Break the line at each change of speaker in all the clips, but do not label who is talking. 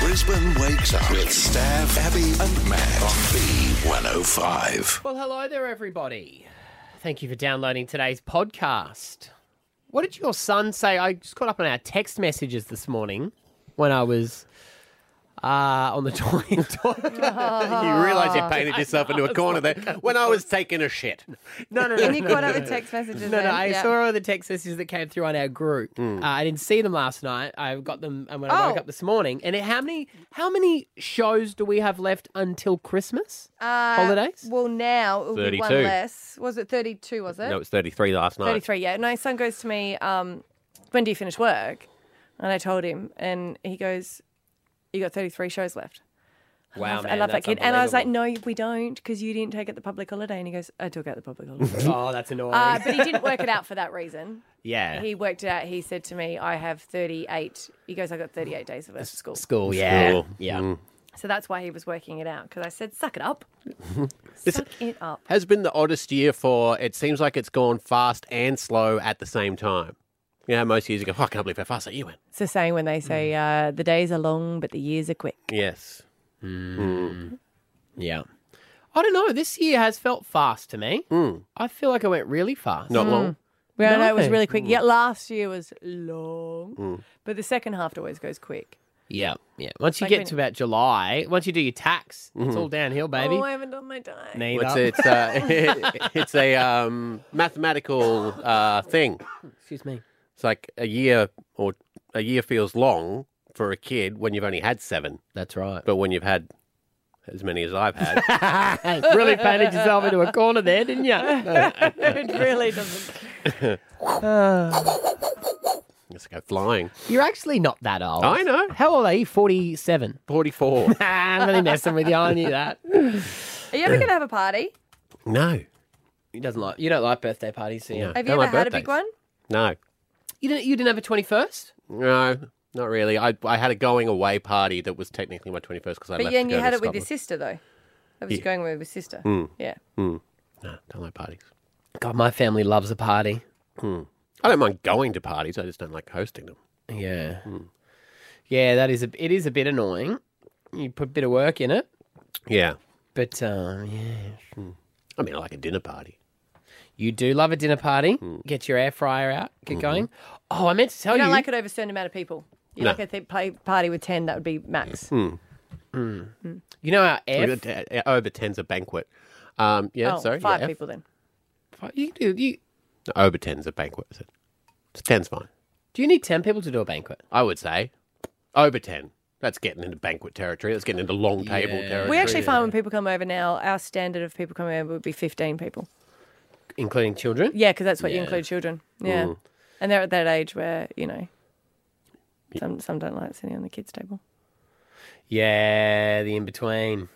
Brisbane wakes up with Stav, Abby, and Matt on B105.
Well, hello there, everybody. Thank you for downloading today's podcast. What did your son say? I just caught up on our text messages this morning when I was uh, on the toilet.
You realise you painted yourself into a corner there. When I was taking a shit,
no, no, no.
And you caught up with text messages.
No, no,
then,
I
yeah.
saw all the text messages that came through on our group.
Hmm.
Uh, I didn't see them last night. I got them and when I woke
Oh.
up this morning. And it- how many how many shows do we have left until Christmas?
Uh,
Holidays?
Well, now it'll be one
32.
less. Was it 32, was it?
no, it's thirty-three last night.
33, yeah. And my son goes to me, um, when do you finish work? And I told him, and he goes, you got 33 shows left. I
Wow,
love- I love that kid. And I was like, no, we don't, because you didn't take out the public holiday. And he goes, I took out the public holiday.
Oh, that's annoying.
uh, but he didn't work it out for that reason.
yeah.
He worked it out. He said to me, I have 38. He goes, I got 38 days of work for school.
School, yeah.
School. Mm.
Yeah.
So that's why he was working it out, because I said, suck it up. suck it up.
Has been the oddest year for. It seems like it's gone fast and slow at the same time. You know, how most years you go, oh, I can't believe how fast that year went.
It's the same when they say
Mm.
uh, the days are long, but the years are quick.
Yes, Mm.
Mm. Yeah. I don't know. This year has felt fast to me. I feel like I went really fast.
Mm. not long.
Mm. Well, no, it was
No.
really quick. Yeah, last year was long,
Mm.
but the second half always goes quick.
Yeah, yeah. Once you
Like
get
when-
to about July, once you do your tax,
Mm. Mm-hmm.
it's all downhill, baby.
Oh, I haven't done my time.
Neither.
It's it's uh, it's a um, mathematical uh, thing.
Excuse me.
It's like a year or a year feels long for a kid when you've only had seven,
That's right.
but when you've had as many as I've had,
really painted yourself into a corner there, didn't you?
it really doesn't.
it's go flying.
You're actually not that old.
I know.
How old are you? 47.
Forty-four.
Ah, I'm really messing with you. I knew that.
Are you ever going to have a party?
No,
He doesn't like. You don't like birthday parties, do you?
No.
Have you
They're my
ever had a big
birthdays.
one?
no,
You didn't. You didn't have a 21st.
no, not really. I I had a going away party that was technically my twenty-first because I
But
left.
yeah,
to
and
go
you
to
had it with your
Scotland. Mm.
sister though. That was going with your sister. Yeah.
No, don't like parties.
God, my family loves a party.
I don't mind going to parties. I just don't like hosting them. Hmm.
Yeah. Yeah, that is a. It is a bit annoying. You put a bit of work in it,
Yeah, Hmm.
but um, yeah.
I mean, I like a dinner party.
You do love a dinner party. Get your air fryer out. Get going. Oh, I meant to tell
You
you.
don't like it over a certain amount of people. You
No.
like a th- play party with ten. That would be max.
Hmm. You know our
We
air.
got to- uh, Over ten's a banquet. Um, yeah,
Oh,
sorry,
five
yeah,
people then.
fry- You do. You
No, Over ten's a banquet. is it? So ten's fine.
do. You need ten people to do a banquet.
I would say over ten. That's getting into banquet territory. That's getting into long table
Yeah.
territory.
We actually find when people come over now, our standard of people coming over would be fifteen people.
including children.
Yeah, Hmm. because that's what you
Yeah. Mm.
include children. Yeah, and they're at that age where you know, some some don't like sitting on the kids' table.
Yeah, the in between.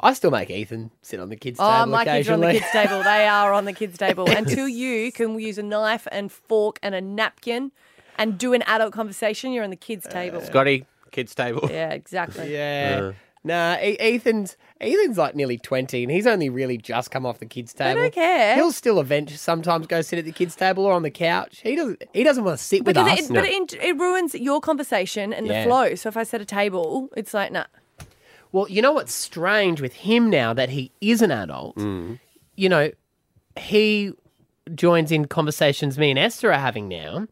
I still make Ethan sit on the kids'
Oh,
table
my kids are on the
occasionally.
kids' table. They are on the kids' table until you can use a knife and fork and a napkin, and do an adult conversation. You're on the kids' table.
Scotty kids table.
yeah, exactly.
Uh, yeah. Nah, E- Ethan's Ethan's like nearly twenty, and he's only really just come off the kids' table.
don't care.
He'll still event sometimes go sit at the kids' table or on the couch. He doesn't. He doesn't want to sit with
Because
us.
it, but it, it ruins your conversation and
Yeah.
the flow. So if I set a table, it's like, nah.
Well, you know what's strange with him now that he is an adult? You know, he joins in conversations me and Esther are having now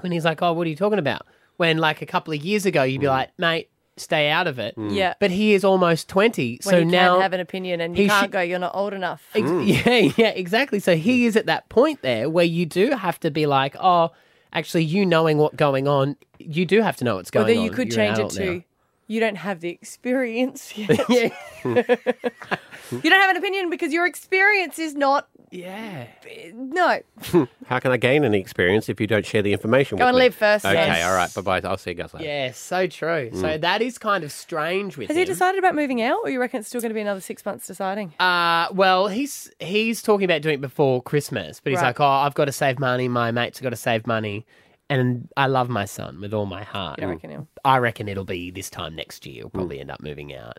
when he's like, Oh, what are you talking about? When, like, a couple of years ago, you'd be like, Mate, stay out of it.
Yeah.
But he is almost 20.
when
so
you
now.
can have an opinion and
he
you
sh- Mm.
can't go, you're not old enough.
Ex- Yeah, yeah, exactly. So
Hmm.
he is at that point there where you do have to be like, Oh, actually, you knowing what's going on, you do have to know what's going
Although
on.
you could
You're an
change it
adult now.
to, you don't have the experience yet.
Yeah.
Hmm. you don't have an opinion because your experience is not,
Yeah.
no.
Hmm. How can I gain any experience if you don't share the information?
Go
with
and
me?
live first,
Okay,
yes.
all right. Bye bye. I'll see you guys Hmm. later.
Yeah, so true. So that is kind of strange with
Hmm. Has he
him.
decided about moving out or you reckon it's still going to be another six months deciding?
Uh, well, he's he's talking about doing it before Christmas, but he's
Right.
like, oh, I've got to save money. My mates have got to save money, and I love my son with all my heart.
I reckon Hmm. he'll.
I
Hmm.
reckon it'll be this time next year. He'll probably end up moving out.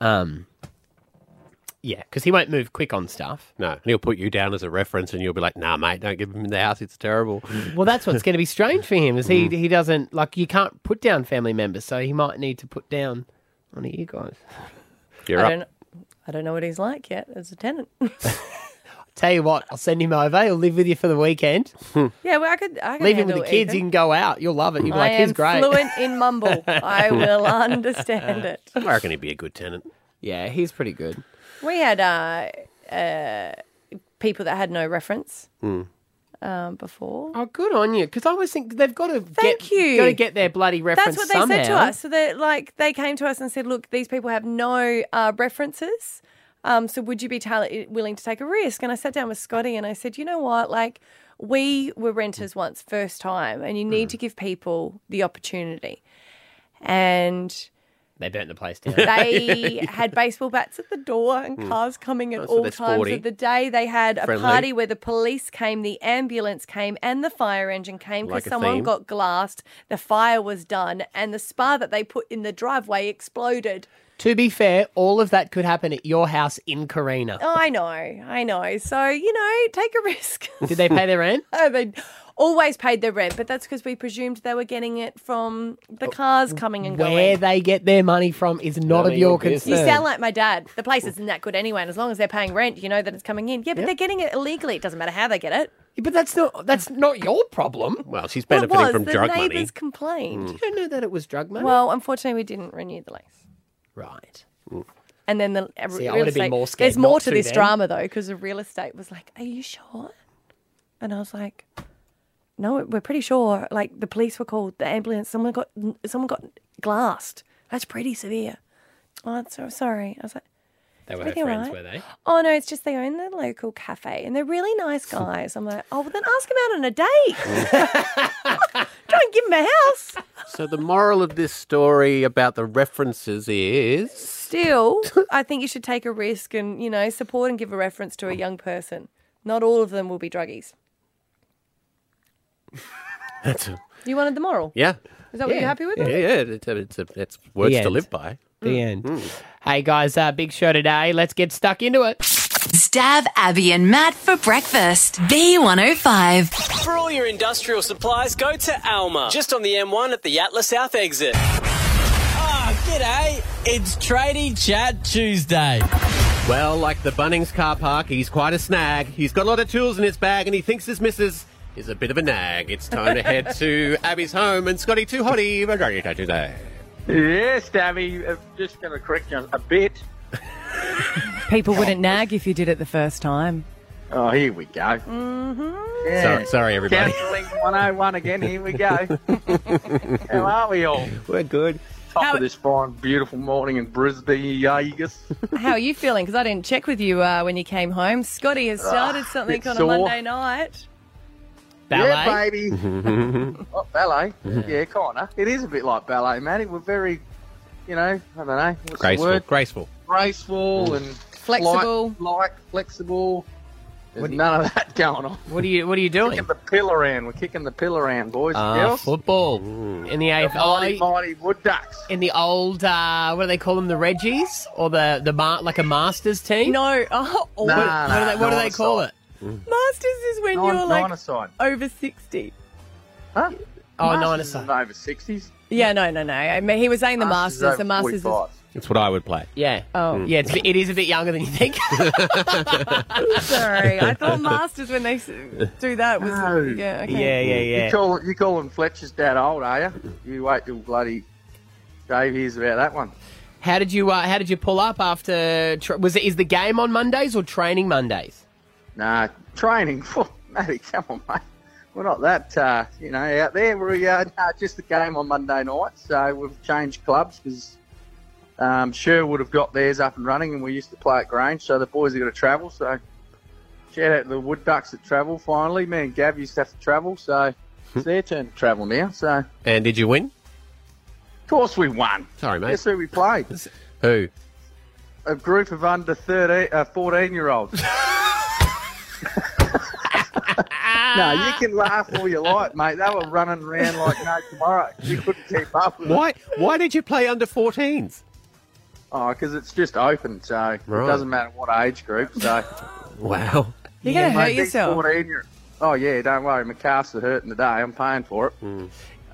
Um, Yeah, because he won't move quick on stuff.
No, and he'll put you down as a reference, and you'll be like, "Nah, mate, don't give him the house. It's terrible."
Well, that's what's going to be strange for him is
Mm.
he he doesn't like you can't put down family members, so he might need to put down one of you guys.
You're
I
up.
don't. I don't know what he's like yet as a tenant.
Tell you what, I'll send him over. He'll live with you for the weekend.
Hmm.
yeah, well, I could. I could
Leave him with
handle
the kids. You
Ethan.
can go out. You'll love it. You'll be
I
like, he's
am
great.
fluent in mumble. I will understand it.
I reckon he'd be a good tenant.
Yeah, he's pretty good.
We had uh, uh, people that had no reference
Hmm.
um, before.
Oh, good on you. Because I always think they've got to
Thank
get,
you.
Got to get their bloody
That's
reference
what they
somehow.
said to us. So they like they came to us and said, "Look, these people have no uh, references. Um, so would you be tal- willing to take a risk?" And I sat down with Scotty and I said, "You know what? Like we were renters once, first time, and you need to give people the opportunity." And
They burnt the place down.
they had baseball bats at the door and cars coming at
Oh, so
all
they're
times
sporty.
of the day. They had a
Friendly.
party where the police came, the ambulance came, and the fire engine came because
Like a
someone
theme.
got glassed. The fire was done, and the spa that they put in the driveway exploded.
to be fair, all of that could happen at your house in Karina.
Oh, I know, I know. So you know, take a risk.
Did they pay their rent?
they always paid their rent, but that's because we presumed they were getting it from
Oh,
the cars coming and going.
Where they get their money from is not
None
of
of
your
your business.
concern.
You sound like my dad. The place isn't that good anyway, and as long as they're paying rent, you know that it's coming in. Yeah, but they're getting it illegally. It doesn't matter how they get it.
but that's not that's not your problem.
Well, she's
Well, it
benefiting
was.
from
the
drug
neighbours
money.
complained.
Mm. You don't know that it was drug money.
Well, unfortunately, we didn't renew the lease.
right.
And then the uh,
See, I
real
would've
estate.
been more scared
There's more
not
to
to
this
then.
drama though, because the real estate was like, "Are you sure?" And I was like, "No, we're pretty sure." Like the police were called, the ambulance, someone got someone got glassed. That's pretty severe. Oh, I'm so sorry. I was like.
They were
her
her
Pretty friends,
friends,
alright.
were
were Oh
they?
no, it's just they own the local cafe and they're really nice guys. I'm like, oh, well, then ask them out on a date. Don't give them a house.
So the moral of this story about the references is
Still, I think you should take a risk and, you know, support and give a reference to a young person. Not all of them will be druggies.
that's a,
You wanted the moral.
yeah,
Is that what you're happy with?
yeah, yeah. It's, a, it's, a, it's words to
end.
live by. Mm.
The end. Hey guys, uh, big show today. Let's get stuck into it.
Stab Abby and Matt for breakfast. B105.
For all your industrial supplies, go to Alma, just on the M1 at the Atlas South exit. Ah, g'day. It's Tradie Chat Tuesday.
Well, like the Bunnings car park, he's quite a snag. He's got a lot of tools in his bag, and he thinks his missus is a bit of a nag. It's time to head to Abby's home and Scotty Too Hottie. We're going to today.
Yes, Davy, I'm just going to correct you a bit.
People wouldn't nag if you did it the first time.
Oh, here we go.
Mm-hmm.
Yeah.
Sorry, sorry, everybody.
Counselling 101 again, here we go. How are we all?
We're good.
Top
How-
of this fine, beautiful morning in Brisbane, Vegas.
How are you feeling? Because I didn't check with you uh, when you came home. Scotty has
Ah.
started something
bit
on a
sore.
Monday night.
Ballet.
Yeah, baby. oh, ballet.
Mm-hmm.
Yeah, kind of. It is a bit like ballet, Matty. We're very, you know, I don't know. What's
Graceful,
the word?
graceful.
Graceful
Hmm.
and
Flexible.
Light, light flexible. There's none of that going on.
What are you What are you doing
Kicking the pill around. We're kicking the pill around, boys and
Uh,
girls.
football Hmm. in the
Mighty,
AFL?
mighty wood ducks.
In the old uh, what do they call them? The Reggies or the the mar- like a Masters team?
No. Oh,
Nah,
What,
nah,
what do they, what do they
nine
call
aside.
it?
Masters is when
Nine,
you're like
nine aside.
over 60.
Huh?
Oh, nine
Masters
aside.
is over 60s.
Yeah, no, no, no. I mean, he was saying the Masters.
over
the Masters is.
45.
That's what I would play.
Yeah.
Oh,
Yeah, it's, a bit- it is a bit younger than you think.
sorry. I thought Masters when they s- do that was.
No.
Yeah, okay.
yeah, yeah.
You call you calling Fletcher's dad old, are you? You wait till bloody Dave hears about that one.
How did you uh, How did you pull up after? Tra- was it is the game on Mondays or training Mondays?
Nah, training. Phew, Matty, come on, mate. We're not that, uh, you know, out there. We uh, nah, just the game on Monday night, so we've changed clubs because um, Sherwood have got theirs up and running, and we used to play at Grange, so the boys are going to travel. So shout out to the Wood Ducks that travel finally. Me and Gav used to have to travel, so
Hmm.
it's their turn to travel now. So of
And did you win?
course we won.
Sorry, mate.
Guess who we played?
Who?
A group of under 13, uh, 14 year olds. No, you can laugh all you like, mate. They were running around like no tomorrow. You couldn't keep up with them.
Why? Why did you play under 14s?
Oh, because it's just open, so
Right.
it doesn't matter what age group. So
Wow.
You're going to hurt
Mate, these
yourself.
14 year- oh yeah, don't worry, my calves are hurting today. I'm paying for it.
Hmm.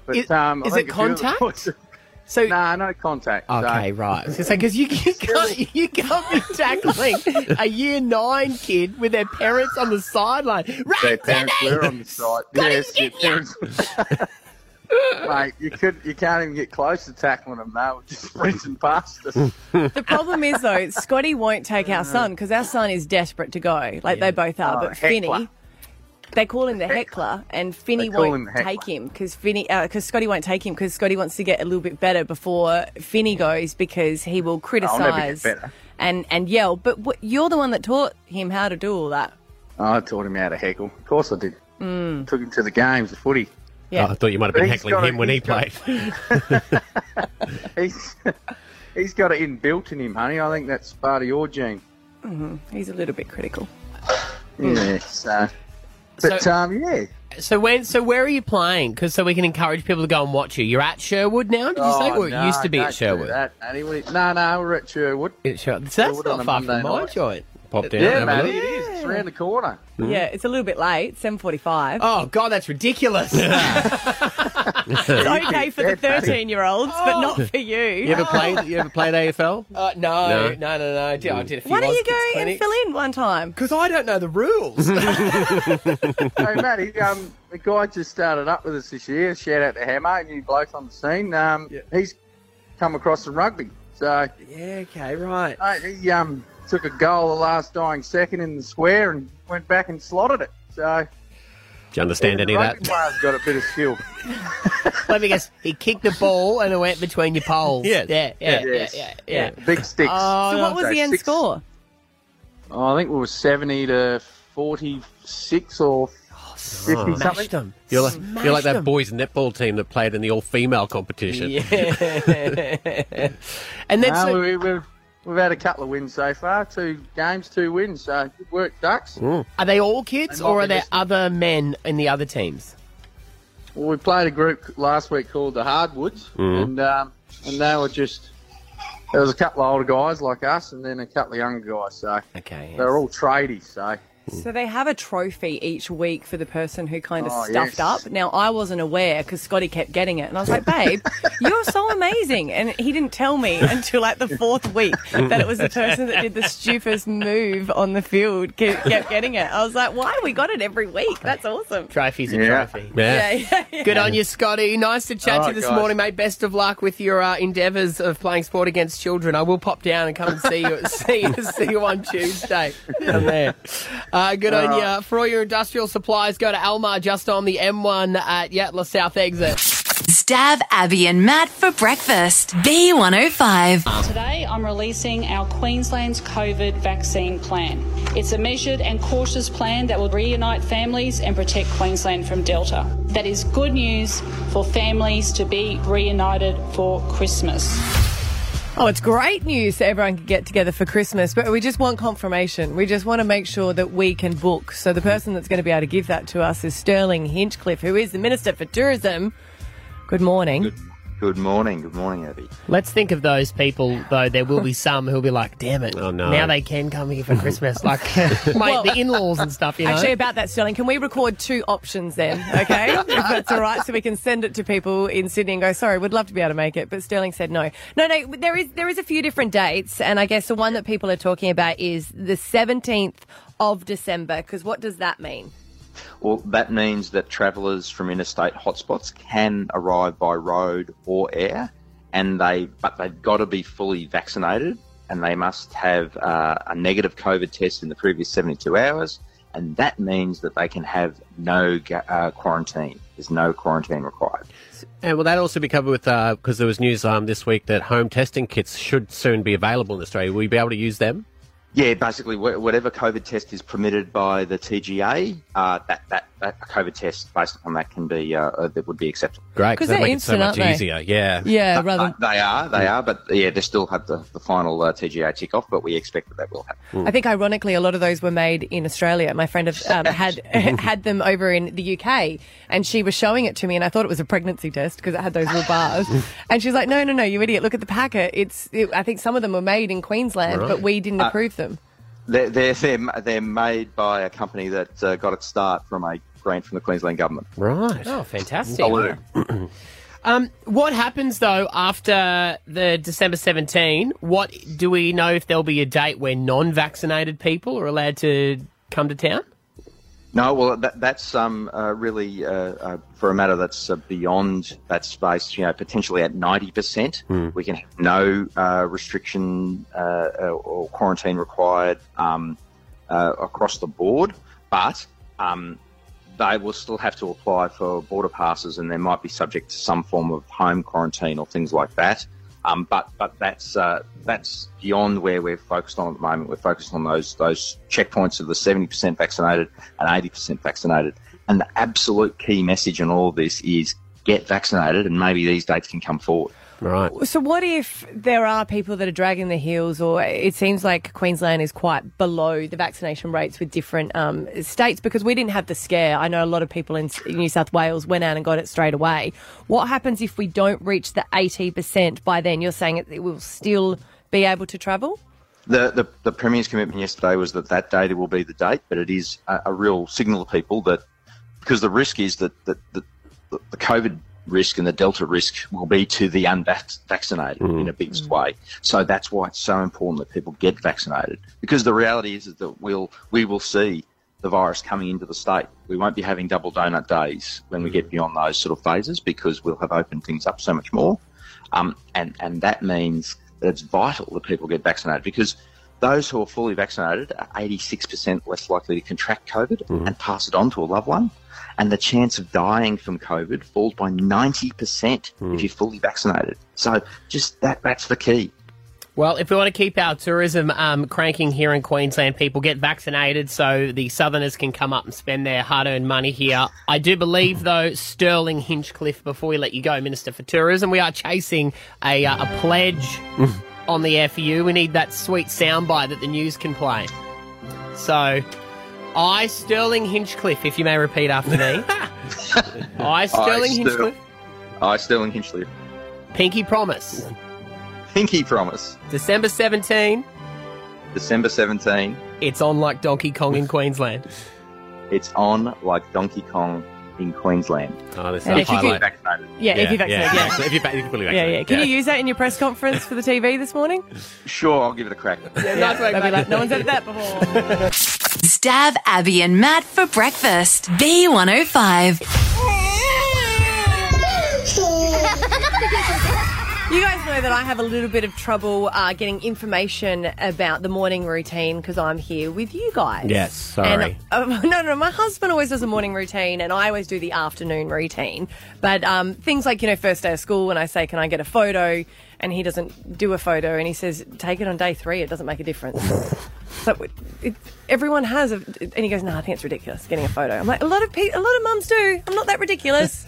But
Is-
um, I
is
think
it
a few of the
contact?
boys-
So
nah, no contact. so-
Okay, right. Because you, you can't you can't be tackling a year nine kid with their parents on the sideline.
Their
Right,
parents were on the site. Yes, your parents. Mate, you could you can't even get close to tackling them. They were just sprinting past us.
The problem is though, Scotty won't take our son because our son is desperate to go. Like they both are,
Mm. Oh,
but
heckler.
Finny. They call him the heckler, and Finny
They call
won't
him the heckler.
take him because Finny, because Scotty won't take him because Scotty wants to get a little bit better before Finny goes because he will
get
criticise
better.
and and yell. But what, you're the one that taught him how to do all that.
Oh, I taught him how to heckle. Of course I did. Took him to the games, the footy.
Mm. Yeah.
Oh, I thought you might have been
He's
heckling
got a-
him when he
he's got-
played.
He's he's got it inbuilt in him, honey. I think that's part of your gene.
Mm-hmm. He's a little bit critical. Mm.
Yeah. So, but
So-
um, yeah.
So when so where are you playing? Because so we can encourage people to go and watch you. You're at Sherwood now. Did you say? Well, it used to be
Oh, no, don't
at
do
Sherwood.
that, Matty. What do you- No, no, we're at Sherwood.
It's Sherwood. So that's
Sherwood on
not
a
far from
Monday
my
night.
joint.
Pop down.
Yeah,
have a
Matty,
look.
it is. It's around the corner.
Yeah, it's a little bit late, seven forty-five.
Oh God, that's ridiculous.
it's okay for the
Yeah, Maddie.
thirteen-year-olds, but not for you.
Oh. You ever played? You ever played AFL?
Uh,
Oh,
no,
No.
no, no, no. I did, I did a few.
Why don't you go and fill in one time?
Because I don't know the rules.
hey, Matty, um, the guy just started up with us this year. Shout out to Hammer, new bloke on the scene. Um, He's come across from rugby. So
yeah. Okay. Right.
mate, he um, took a goal the last dying second in the square and went back and slotted it. So
Do you understand
the
any of
rugby
that?
player's got a bit of skill.
Let me guess. He kicked the ball and it went between your poles.
Yes.
Yeah. Yeah. Yeah.
Yes.
Yeah. yeah.
Big sticks.
Oh,
So what was
So
the end
six-
score?
Oh, I think we were 70 to 46 or
Oh,
50 something.
Smashed them.
You're like, you're like
Smashed
that
them.
boys netball team that played in the all-female competition.
Yeah. and then
No,
so,
we, we've, we've had a couple of wins so far. Two games, two wins. So good work, Ducks.
are they all kids
They might
or
be
are there
listening.
other men in the other teams?
Well, we played a group last week called the Hardwoods, and um, and they were just there was a couple of older guys like us, and then a couple of younger guys. So
Okay.
they're all tradies. So
So they have a trophy each week for the person who kind of
Oh,
stuffed
yes.
up. Now I wasn't aware because Scotty kept getting it, and I was like, "Babe, you're so amazing!" And he didn't tell me until like the fourth week that it was the person that did the stupidest move on the field ke- kept getting it. I was like, "Why we got it every week? That's awesome!"
Trophy's a
Yeah.
trophy.
Yeah.
Yeah, yeah.
Good on you, Scotty. Nice to chat to you
Alright,
this
Oh, guys.
morning, mate. Best of luck with your uh, endeavours of playing sport against children. I will pop down and come and see you. see you. See you on Tuesday. Down there. Uh, good on you. For all your industrial supplies, go to Almar just on the M1 at Yatla South exit.
Stab Abby and Matt for breakfast. B105.
Today, I'm releasing our Queensland's COVID vaccine plan. It's a measured and cautious plan that will reunite families and protect Queensland from Delta. That is good news for families to be reunited for Christmas.
Oh, it's great news that everyone can get together for Christmas, but we just want confirmation. We just want to make sure that we can book. So the person that's going to be able to give that to us is Sterling Hinchcliffe, who is the Minister for Tourism. Good morning.
Good morning. Good morning, Abby.
Let's think of those people, though. There will be some who'll be like, damn it.
Oh, no.
Now they can come here for Christmas. Like, mate, the in laws and stuff, you know.
Actually, about that, Sterling, can we record two options then? Okay, if that's all right, so we can send it to people in Sydney and go, "Sorry, we'd love to be able to make it," but Sterling said no. No, no, there is there is a few different dates, and I guess the one that people are talking about is the seventeenth of December. Because what does that mean?
Well, that means that travellers from interstate hotspots can arrive by road or air, and they but they've got to be fully vaccinated, and they must have uh, a negative COVID test in the previous 72 hours, and that means that they can have no ga- uh, quarantine. There's no quarantine required.
And will that also be covered with, uh, because there was news um, this week that home testing kits should soon be available in Australia. Will you be able to use them?
Yeah, basically, wh- whatever COVID test is permitted by the TGA, uh, that, that, that a COVID test based upon that can be uh, uh, that would be acceptable.
Great,
'Cause 'cause that'd they're make it so instant, much aren't they? easier,
Yeah.
Yeah, rather.
Uh, they are, they are, but yeah, they still have the, the final uh, TGA tick off, but we expect that that will happen.
I think, ironically, a lot of those were made in Australia. My friend have, um, had had them over in the UK, and she was showing it to me, and I thought it was a pregnancy test because it had those little bars. and she's like, "No, no, no, you idiot! Look at the packet. It's. It, I think some of them were made in Queensland,
Right.
but we didn't
Uh,
approve them."
They're, they're, they're, they're made by a company that uh, got its start from a grant from the Queensland government.
Right.
Oh, fantastic.
Balloon.
Um, what happens though after the December 17? What do we know if there'll be a date where non-vaccinated people are allowed to come to town?
No, well, that, that's um, uh, really uh, uh, for a matter that's uh, beyond that space. You know, potentially at ninety percent, we can have no uh, restriction uh, uh, or quarantine required um, uh, across the board, but um, they will still have to apply for border passes, and they might be subject to some form of home quarantine or things like that. Um, but but that's uh, that's beyond where we're focused on at the moment. We're focused on those those checkpoints of the seventy percent vaccinated and eighty percent vaccinated. And the absolute key message in all of this is get vaccinated, and maybe these dates can come forward.
Right.
So, what if there are people that are dragging their heels, or it seems like Queensland is quite below the vaccination rates with different um, states because we didn't have the scare? I know a lot of people in in New South Wales went out and got it straight away. What happens if we don't reach the 80% by then? You're saying it, it will still be able to travel?
The, the the premier's commitment yesterday was that that date will be the date, but it is a, a real signal to people that because the risk is that that, that the, the COVID risk and the Delta risk will be to the unvaccinated in a biggest way. So that's why it's so important that people get vaccinated because the reality is, is that we'll we will see the virus coming into the state. We won't be having double donut days when we get beyond those sort of phases because we'll have opened things up so much more. Um, and, and that means that it's vital that people get vaccinated because those who are fully vaccinated are 86% less likely to contract COVID
Mm-hmm.
and pass it on to a loved one. And the chance of dying from COVID falls by 90%
Mm.
if you're fully vaccinated. So just that that's the key.
Well, if we want to keep our tourism um, cranking here in Queensland, people get vaccinated so the Southerners can come up and spend their hard earned money here. I do believe, though, Sterling Hinchcliffe, before we let you go, Minister for Tourism, we are chasing a, uh, a pledge on the air for you. We need that sweet soundbite that the news can play. So, I, Sterling Hinchcliffe, if you may repeat after me. I, Sterling
Stir-
Hinchcliffe,
I, Sterling Hinchley.
pinky promise.
Pinky promise.
December 17,
December 17.
it's on like Donkey Kong in Queensland.
It's on like Donkey Kong in Queensland.
Oh, this is
And
a
if you
Fully
highlight.
vaccinated.
Yeah, if you're vaccinated. Yeah.
So if you're, va- if you're fully
Yeah,
vaccinated.
yeah. Can you use that in your press conference for the TV this morning?
Sure, I'll give it a crack.
Yeah, they'll be like, no one's had that before.
Stab Abby and Matt for breakfast. B105.
You guys know that I have a little bit of trouble uh, getting information about the morning routine because I'm here with you guys.
Yes, sorry.
And, uh, no, no, my husband always does the morning routine and I always do the afternoon routine. But um, things like, you know, first day of school when I say, can I get a photo? And he doesn't do a photo and he says, take it on day three. It doesn't make a difference. so it, it, everyone has a, and he goes, no, I think it's ridiculous getting a photo. I'm like, a lot of pe- a lot of mums do. I'm not that ridiculous.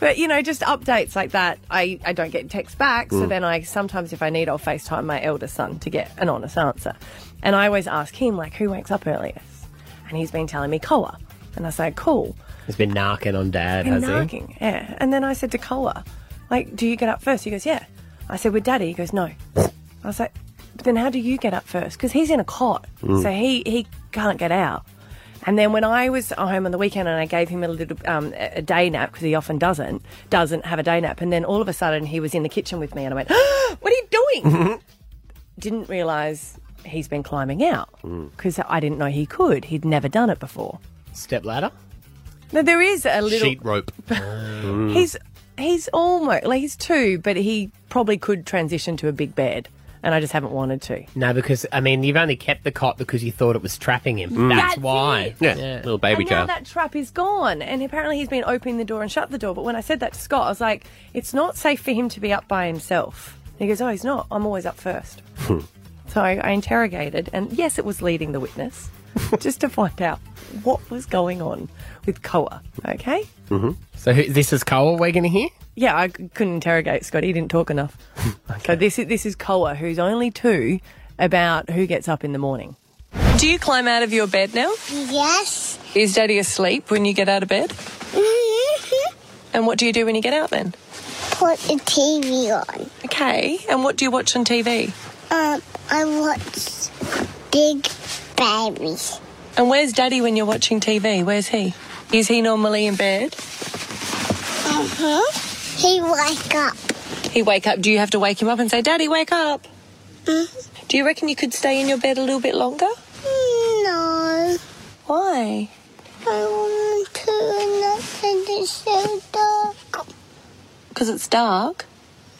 But you know, just updates like that, I, I don't get texts back. So then I sometimes, if I need, I'll FaceTime my elder son to get an honest answer. And I always ask him, like, who wakes up earliest? And he's been telling me Koa. And I say, cool.
He's been narking on dad,
And
has
nagging. Yeah. And then I said to Koa, like, do you get up first? He goes, yeah. I said, with daddy? He goes, no. I was like, but then how do you get up first? Because he's in a cot.
Mm.
So he, he can't get out. And then when I was home on the weekend and I gave him a little um, a a day nap because he often doesn't doesn't have a day nap, and then all of a sudden he was in the kitchen with me and I went, "Ah, "What are you doing?" Didn't realise he's been climbing out because I didn't know he could. He'd never done it before.
he? Step ladder?
Now there is a little.
Sheet rope. Hmm. Mm.
He's he's almost like he's two, but he probably could transition to a big bed, and I just haven't wanted to.
No, because, I mean, you've only kept the cot because you thought it was trapping him. That's,
That's
why.
it.
Mm. Yeah. Little baby
and now
car.
that trap is gone. And apparently he's been opening the door and shut the door. But when I said that to Scott, I was like, it's not safe for him to be up by himself. And he goes, oh, he's not. I'm always up first. So I, I interrogated, and yes, it was leading the witness, just to find out what was going on with Koa. Okay.
Mm-hmm. So who, this is Cole we're going to hear?
Yeah, I c- couldn't interrogate Scotty. He didn't talk enough. So this is this is Koa, who's only two, about who gets up in the morning. Do you climb out of your bed now?
Yes.
Is Daddy asleep when you get out of bed? And what do you do when you get out then?
Mm-hmm. Put the TV on.
Okay. And what do you watch on TV?
Um, I watch Big Babies.
And where's Daddy when you're watching TV? Where's he? Is he normally in bed?
Uh huh. He wake up.
He wake up. Do you have to wake him up and say, "Daddy, wake up"?
Mm-hmm.
Do you reckon you could stay in your bed a little bit longer?
Mm, No.
Why?
I want to not in the shelter.
Because it's dark.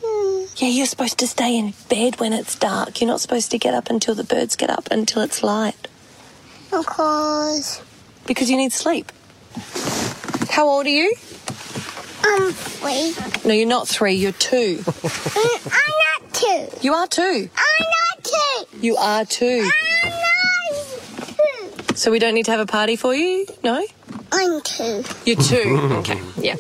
Hmm.
Yeah, you're supposed to stay in bed when it's dark. You're not supposed to get up until the birds get up until it's light.
Because
Because you need sleep. How old are you?
I'm weak.
No, you're not three. You're two.
Mm, I'm not two.
you are two.
I'm not two.
You are two.
I'm not two.
So we don't need to have a party for you. No,
I'm two.
you're two. okay. Yeah.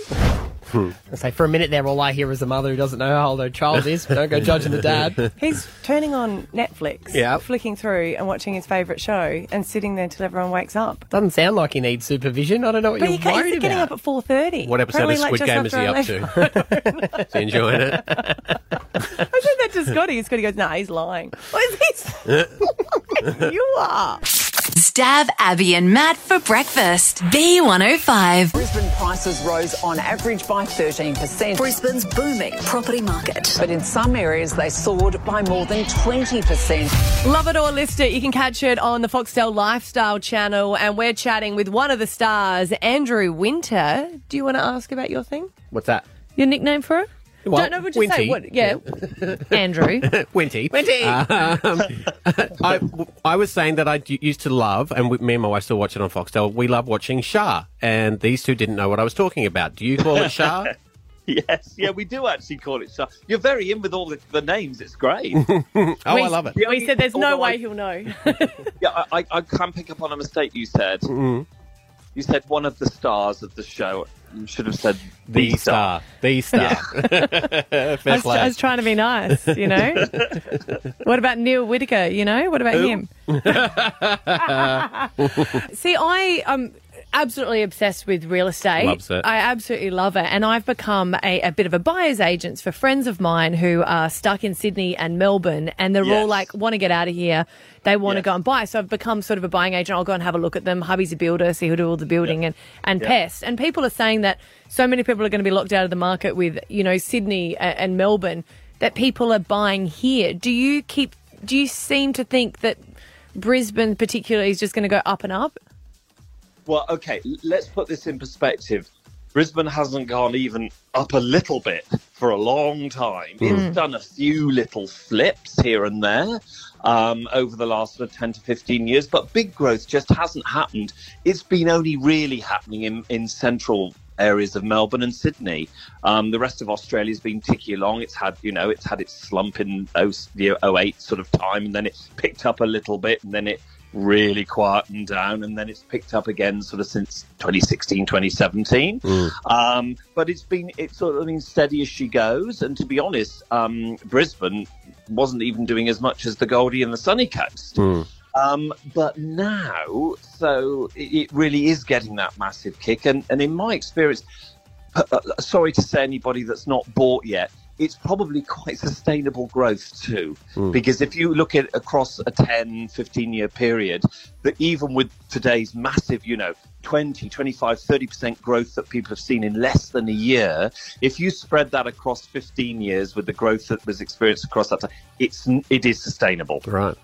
I say for a minute there, all I hear is a mother who doesn't know how old her child is. Don't go judging the dad.
He's turning on Netflix,
Yeah.
flicking through and watching his favourite show, and sitting there till everyone wakes up.
Doesn't sound like he needs supervision. I don't know what
But
you're
he can't,
worried
he's getting
about.
up at four thirty.
What episode of Squid Game is he up to? is he enjoying it?
I said that to Scotty, and Scotty goes, "Nah, he's lying." What is this? you are.
Stab Abby and Matt for breakfast. B105.
Brisbane prices rose on average by 13%. Brisbane's booming property market. But in some areas, they soared by more than 20%.
Love it or list it. You can catch it on the Foxtel Lifestyle channel, and we're chatting with one of the stars, Andrew Winter. Do you want to ask about your thing?
What's that?
Your nickname for it?
Well,
Don't know. Would you say
Winty.
what? Yeah, Andrew.
Winty. Winty. Um, I, I was saying that I d- used to love, and we, me and my wife still watch it on Foxtel. We love watching Shah, and these two didn't know what I was talking about. Do you call it Shah?
yes, yeah, we do actually call it Shah. You're very in with all the, the names. It's great.
oh, I love it.
We said there's no
Although
way
I-
he'll know.
yeah, I, I, I can pick up on a mistake you said.
Mm-hmm.
You said one of the stars of the show. You should have said the,
The star. The star.
I
Fair
was, I
play.
was trying to be nice, you know. what about Neil Whitaker? You know, what about
Who?
him? See, I am absolutely obsessed with real estate.
Loves it.
I absolutely love it, and I've become a, a bit of a buyer's agent for friends of mine who are stuck in Sydney and Melbourne, and they're all
Yes.
like, want to get out of here. They want to go and buy. So I've become sort of a buying agent. I'll go and have a look at them. Hubby's a builder, so he'll do all the building and, and
Yeah.
pest. And people are saying that so many people are going to be locked out of the market with, you know, Sydney and, and Melbourne that people are buying here. Do you keep, do you seem to think that Brisbane particularly is just going to go up and up?
Well, okay, l- let's put this in perspective. Brisbane hasn't gone even up a little bit for a long time.
Mm.
It's done a few little flips here and there um, over the last sort of 10 to 15 years, but big growth just hasn't happened. It's been only really happening in, in central areas of Melbourne and Sydney. Um, the rest of Australia's been ticking along. It's had, you know, it's had its slump in oh, the 08 sort of time, and then it picked up a little bit, and then it really quietened down and then it's picked up again sort of since 2016 2017 um, but it's been it's sort of been steady as she goes and to be honest um, brisbane wasn't even doing as much as the goldie and the sunny coast
Hmm.
um, but now so it, it really is getting that massive kick and, and in my experience uh, uh, sorry to say anybody that's not bought yet it's probably quite sustainable growth too
Mm.
because if you look at across a 10 15 year period that even with today's massive you know 20 25 30% growth that people have seen in less than a year if you spread that across 15 years with the growth that was experienced across that time it's it is sustainable Mm.
right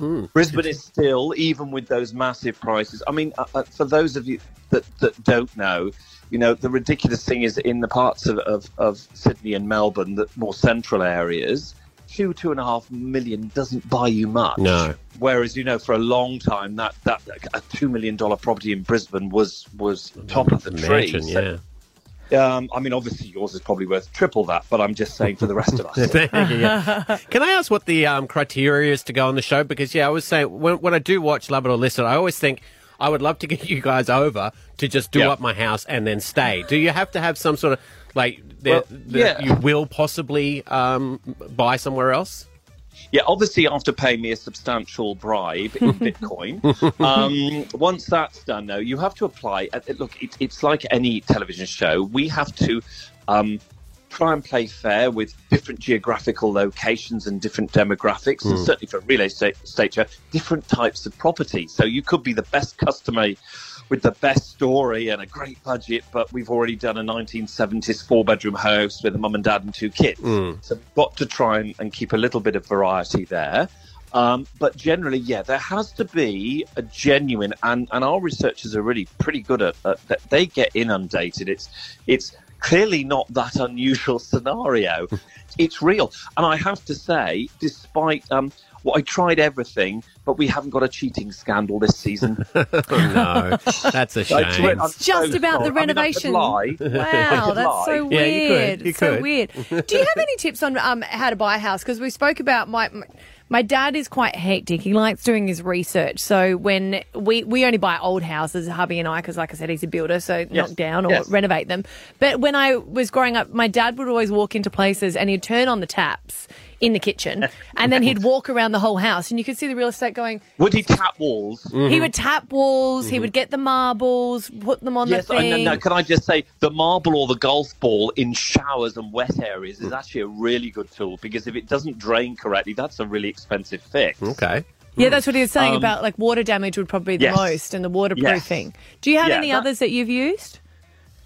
Mm.
Brisbane is still, even with those massive prices. I mean, uh, uh, for those of you that, that don't know, you know, the ridiculous thing is in the parts of, of, of Sydney and Melbourne, the more central areas, two, two and a half million doesn't buy you much.
No.
Whereas, you know, for a long time, that, that a $2 million property in Brisbane was, was top of the tree.
Mansion,
So-
yeah.
Um, I mean, obviously yours is probably worth triple that, but I'm just saying for the rest of us.
Yeah. Can I ask what the um, criteria is to go on the show? Because yeah, I was saying when, when I do watch Love It or Listen, I always think I would love to get you guys over to just do
Yeah.
up my house and then stay. Do you have to have some sort of like the,
Well,
the,
yeah.
you will possibly um, buy somewhere else?
Yeah, obviously after paying me a substantial bribe in Bitcoin. um, once that's done, though, you have to apply. uh, Look, it, it's like any television show. We have to um, try and play fair with different geographical locations and different demographics, and
Mm.
certainly for a real estate, estate show, different types of property. So you could be the best customer with the best story and a great budget, but we've already done a 1970s four-bedroom house with a mum and dad and two kids. So we've got to try and, and keep a little bit of variety there. Um, but generally, yeah, there has to be a genuine, and, and our researchers are really pretty good at at that. They get inundated. It's it's clearly not that unusual scenario. it's real, and I have to say, despite um, well, I tried everything, but we haven't got a cheating scandal this season.
Oh, no, that's a
That's what
shame.
I'm
It's just
so
about
sorry.
the
I mean, I could
renovation.
lie. I
Wow,
could
that's
lie.
so
Yeah,
weird.
you could. You
It's so
could.
weird. Do you have any tips on um, how to buy a house? Because we spoke about my. my my dad is quite hectic. He likes doing his research. So when we, we only buy old houses, hubby and I, because like I said, he's a builder, so
Yes.
knock down or
Yes.
renovate them. But when I was growing up, my dad would always walk into places and he'd turn on the taps in the kitchen, and then he'd walk around the whole house, and you could see the real estate going.
Would he tap walls?
Mm-hmm.
He would tap walls. He
Mhm.
would get the marbles, put them on
yes,
the thing.
I know. Can I just say the marble or the golf ball in showers and wet areas
Mm.
is actually a really good tool because if it doesn't drain correctly, that's a really expensive fix. Okay.
Yeah, that's what he was saying
Um,
about like water damage would probably be the
yes.
most and the waterproofing. Do you have
Yeah,
any
that-
others that you've used?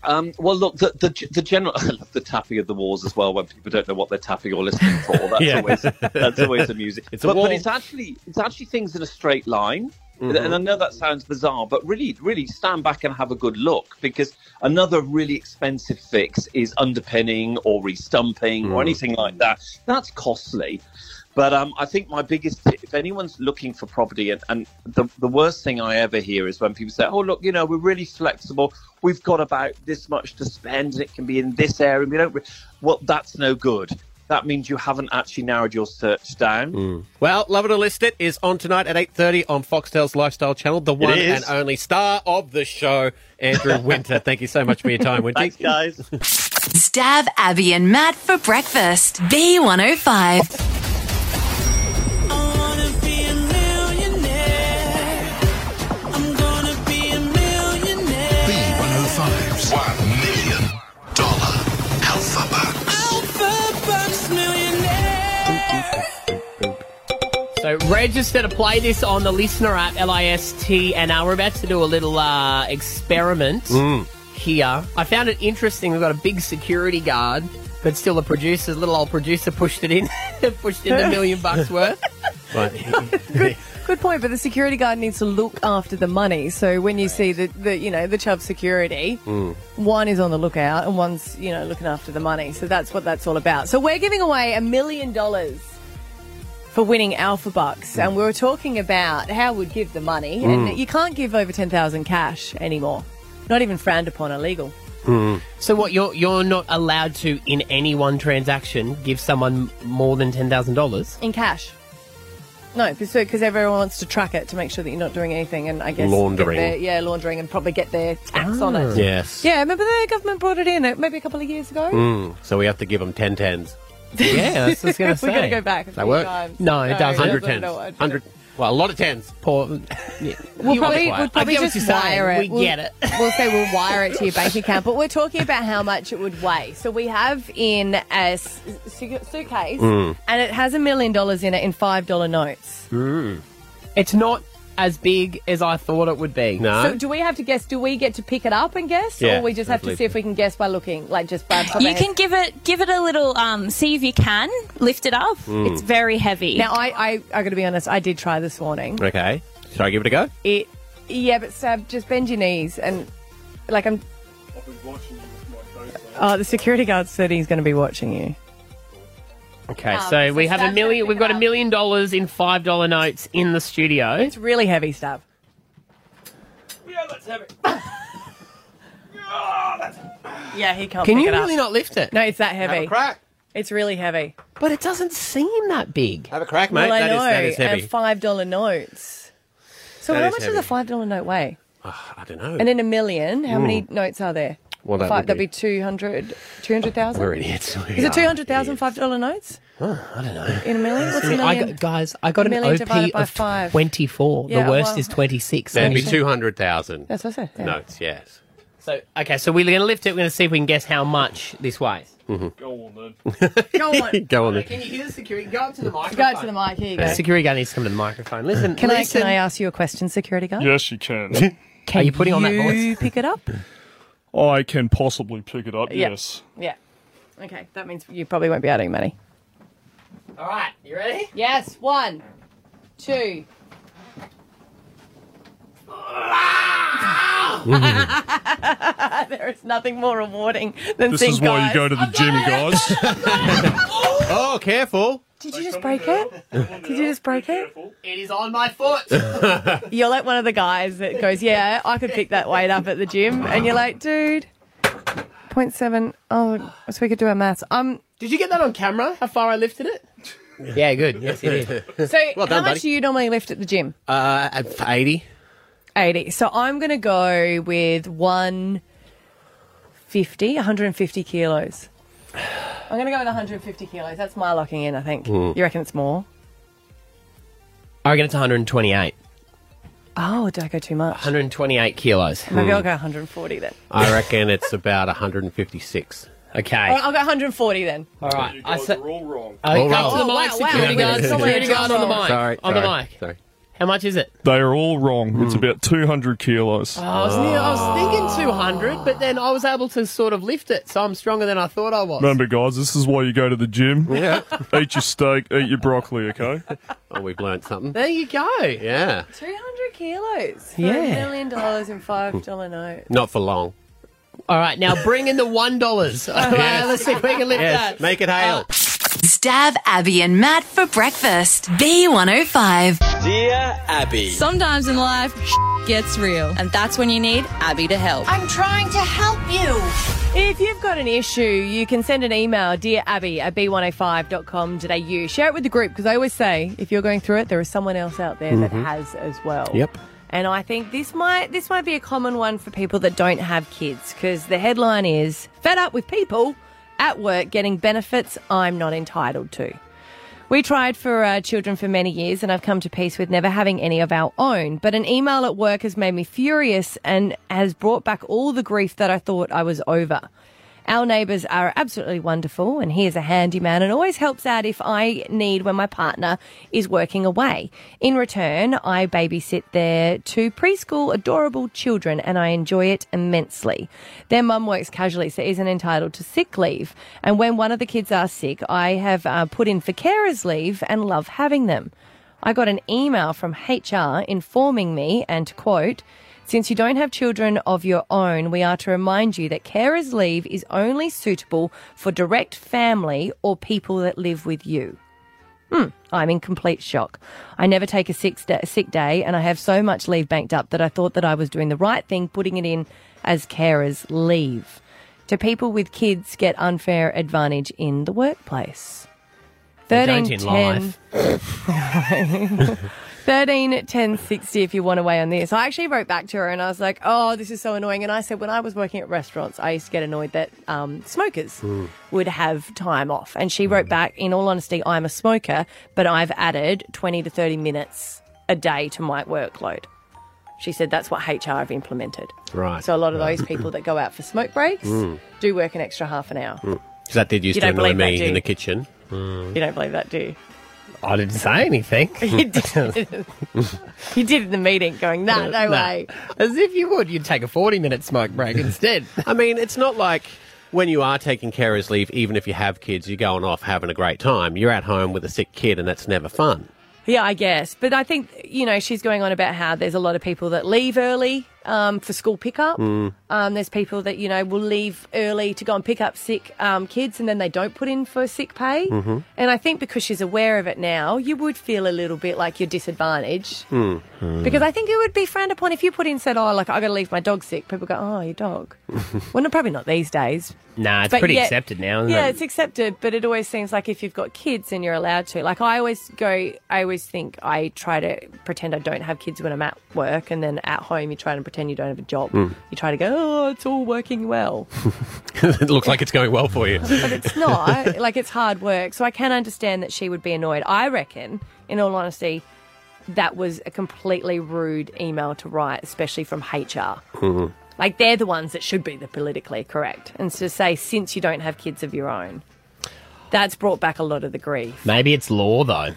Um, well, look, the, the, the general, I love the tapping of the walls as well when people don't know what they're tapping or listening for. That's
Yeah.
always that's always amusing.
It's a
but,
wall.
but it's actually it's actually things in a straight line.
Mhm.
And I know that sounds bizarre, but really, really stand back and have a good look because another really expensive fix is underpinning or restumping or anything like that. That's costly. But um, I think my biggest tip, if anyone's looking for property, and, and the, the worst thing I ever hear is when people say, oh, look, you know, we're really flexible. We've got about this much to spend, and it can be in this area. We don't. Re-. Well, that's no good. That means you haven't actually narrowed your search down.
Well, Love It or List It is on tonight at 8.30 on Foxtel's Lifestyle Channel, the one and
is.
only star of the show, Andrew Winter. Thank you so much for your time, Winter. Thanks,
guys.
Stab Abby and Matt for breakfast. B105.
I'm gonna be a millionaire. B105's $1 oh million dollar alpha bucks. Alpha bucks millionaire.
So register to play this on the listener app, LIST, and uh, we're about to do a little uh, experiment
Mm.
here. I found it interesting. We've got a big security guard, but still the producer, little old producer, pushed it in, pushed in a million bucks worth.
Good point, but the security guard needs to look after the money. So when you see the, the you know, the Chubb security, one is on the lookout and one's, you know, looking after the money. So that's what that's all about. So we're giving away a million dollars for winning Alpha Bucks and we were talking about how we'd give the money
Mm.
and you can't give over 10,000 cash anymore. Not even frowned upon illegal.
So what? You're you're not allowed to in any one transaction give someone more than ten thousand dollars.
In cash. No, because everyone wants to track it to make sure that you're not doing anything and I guess. get
Laundering.
their- yeah, laundering and probably get their tax on it.
Yes.
Yeah, remember the government brought it in uh, maybe a couple of years ago?
Mm, so we have to give them 10 tens.
Yeah, that's what I was gonna
We're gonna
say.
go back a
Does that
few
work?
times. No, it No, doesn't.
100
no,
tens.
no, I don't.
100, well, a lot of tens.
Poor.
We'll
You
probably,
always
we'll probably
I get what
just
you're saying.
wire it.
We
We'll-
get it.
we'll say we'll wire it to your bank account, but we're talking about how much it would weigh. So we have in a s- su- suitcase,
Mm.
and it has a million dollars in it in five dollar notes.
Hmm. It's not as big as I thought it would be.
So do we have to guess? Do we get to pick it up and guess,
Yeah,
or we just have to
hopefully.
see if we can guess by looking, like just by?
You can give it give it a little um, see if you can lift it up.
Mm.
It's very heavy.
Now I I, I got to be honest. I did try this morning.
Okay. Shall I give it a go?
It yeah, but Sab, just bend your knees and like I'm. Oh, the security guard said he's going to be watching you.
Okay,
Um,
so we have a million. We've got a million dollars in five dollar notes in the studio.
It's really heavy stuff.
Yeah, let's have it.
Yeah, he can't.
Can
pick
you
it up.
really not lift it?
No, it's that
Have
heavy.
a crack.
It's really heavy.
But it doesn't seem that big.
Uh,
Have a crack,
well, I
That is
know.
that is heavy.
And five dollar notes. So
That
how
is
much
heavy.
does a five dollar note weigh?
I don't know.
And in a million, how many
Mm.
notes are there?
Well, that
Five,
would
that'd be 200 200,000?
We're idiots. We
Is
are
it 200,000 $5 notes?
Oh, I don't know.
In a million? What's a
I
million?
got, guys, I got an
Million divided
OP
by
of
five.
24.
Yeah,
the worst
well-
is 26.
That'd be 200,000
That's what I said. yeah.
notes, yes.
So, okay, so we're going to lift it. We're going to see if we can guess how much this weighs.
Go on
Go
then. Mm-hmm. Go on
Can you hear the security? Go up to the mic.
Go to the mic. Here you go.
Security guard needs to come to the microphone. Listen,
Can I,
listen.
can I ask you a question, security guard?
Yes, you can.
Can
Are you putting on that
you pick it up?
I can possibly pick it up,
Yeah.
yes.
Yeah. Okay, that means you probably won't be out any money.
All right, you ready?
Yes, one, two. there is nothing more rewarding than
This
seeing
is why
guys-
you go to the gym, guys.
oh, careful.
Did you just break it? Did you just break it?
It is on my foot.
You're like one of the guys that goes, "Yeah, I could pick that weight up at the gym," and you're like, "Dude, 0.7. Oh, so we could do our maths. Um,
Did you get that on camera? How far I lifted it? Yeah, good. Yes, it is.
so
well done,
how much
buddy.
do you normally lift at the gym?
Uh, at 80.
80. So I'm going to go with 150, 150 kilos. I'm going to go with 150 kilos. That's my locking in, I think.
Hmm.
Mm.
You reckon it's more?
I reckon it's 128.
Oh, did I go too much?
128 kilos.
Hmm.
Maybe I'll go 140 then.
I reckon it's about 156.
Or
Okay.
I'll go 140 then.
All right. I said all
wrong.
Oh,
All
up to the
wrong.
mic,
Oh, wow, wow.
security guard.
Someone
Security guard on the mic.
Sorry,
on the
sorry,
mic. Sorry. How much is it?
They are all wrong.
Hmm.
It's about 200 kilos.
Oh, I, was near, I was thinking 200, but then I was able to sort of lift it, so I'm stronger than I thought I was.
Remember, guys, this is why you go to the gym.
Yeah.
eat your steak, eat your broccoli, okay?
Oh, we've learned something.
There you go.
Yeah.
200 kilos. For
Yeah.
A million dollars in $5 note.
Not for long.
All right, now bring in the one dollars. Let's see if we can lift
Yes,
that.
Make it hail.
Stab Oh. Abby and Matt for breakfast. B105.
Dear Abby.
Sometimes in life, gets real, and that's when you need Abby to help.
I'm trying to help you. If you've got an issue, you can send an email, dear Abby at b105.com.au. Share it with the group because I always say if you're going through it, there is someone else out there that
Mhm.
has as well.
Yep.
And I think this might this might be a common one for people that don't have kids because the headline is fed up with people at work getting benefits I'm not entitled to. We tried for uh, children for many years, and I've come to peace with never having any of our own. But an email at work has made me furious and has brought back all the grief that I thought I was over. Our neighbours are absolutely wonderful, and he is a handyman and always helps out if I need when my partner is working away. In return, I babysit their two preschool adorable children, and I enjoy it immensely. Their mum works casually, so isn't entitled to sick leave. And when one of the kids are sick, I have uh, put in for carers leave and love having them. I got an email from HR informing me, and to quote, since you don't have children of your own, we are to remind you that carers leave is only suitable for direct family or people that live with you. Hmm, I'm in complete shock. I never take a sick, da sick day, and I have so much leave banked up that I thought that I was doing the right thing putting it in as carers leave. Do people with kids get unfair advantage in the workplace?
They don't
13,
in life.
13 10 60 if you want to weigh on this. I actually wrote back to her and I was like, oh, this is so annoying. And I said, when I was working at restaurants, I used to get annoyed that um, smokers would have time off. And she wrote back, in all honesty, I'm a smoker, but I've added 20 to 30 minutes a day to my workload. She said, that's what HR have implemented.
Right.
So a lot of those people that go out for smoke breaks
Mm.
do work an extra half an hour.
Because that did used
You
to
don't
annoy
believe that,
me
do you?
in the kitchen. Mm. Hmm.
You don't believe that, do you?
I didn't say anything.
You did. you did in the meeting going, nah, no
Nah.
way.
As if you would, you'd take a 40 minute smoke break instead.
I mean, it's not like when you are taking carers leave, even if you have kids, you're going off having a great time. You're at home with a sick kid, and that's never fun.
Yeah, I guess. But I think, you know, she's going on about how there's a lot of people that leave early um, for school pickup.
Mm.
Um, there's people that, you know, will leave early to go and pick up sick um, kids and then they don't put in for sick pay.
Mhm.
And I think because she's aware of it now, you would feel a little bit like you're disadvantaged.
Mm.
Because I think it would be frowned upon if you put in said, oh, like, i got to leave my dog sick. People go, oh, your dog. well, no, probably not these days.
Nah, it's
But
pretty
yet-
accepted now, isn't
yeah,
it?
it's accepted, but it always seems like if you've got kids and you're allowed to. Like I always go, I always think I try to pretend I don't have kids when I'm at work, and then at home you try and pretend you don't have a job.
Mm.
You try to go, oh, it's all working well,
it looks like it's going well for you.
but it's not. like it's hard work, so I can understand that she would be annoyed. I reckon, in all honesty, that was a completely rude email to write, especially from HR. Like they're the ones that should be the politically correct, and to say since you don't have kids of your own, that's brought back a lot of the grief.
Maybe it's law though.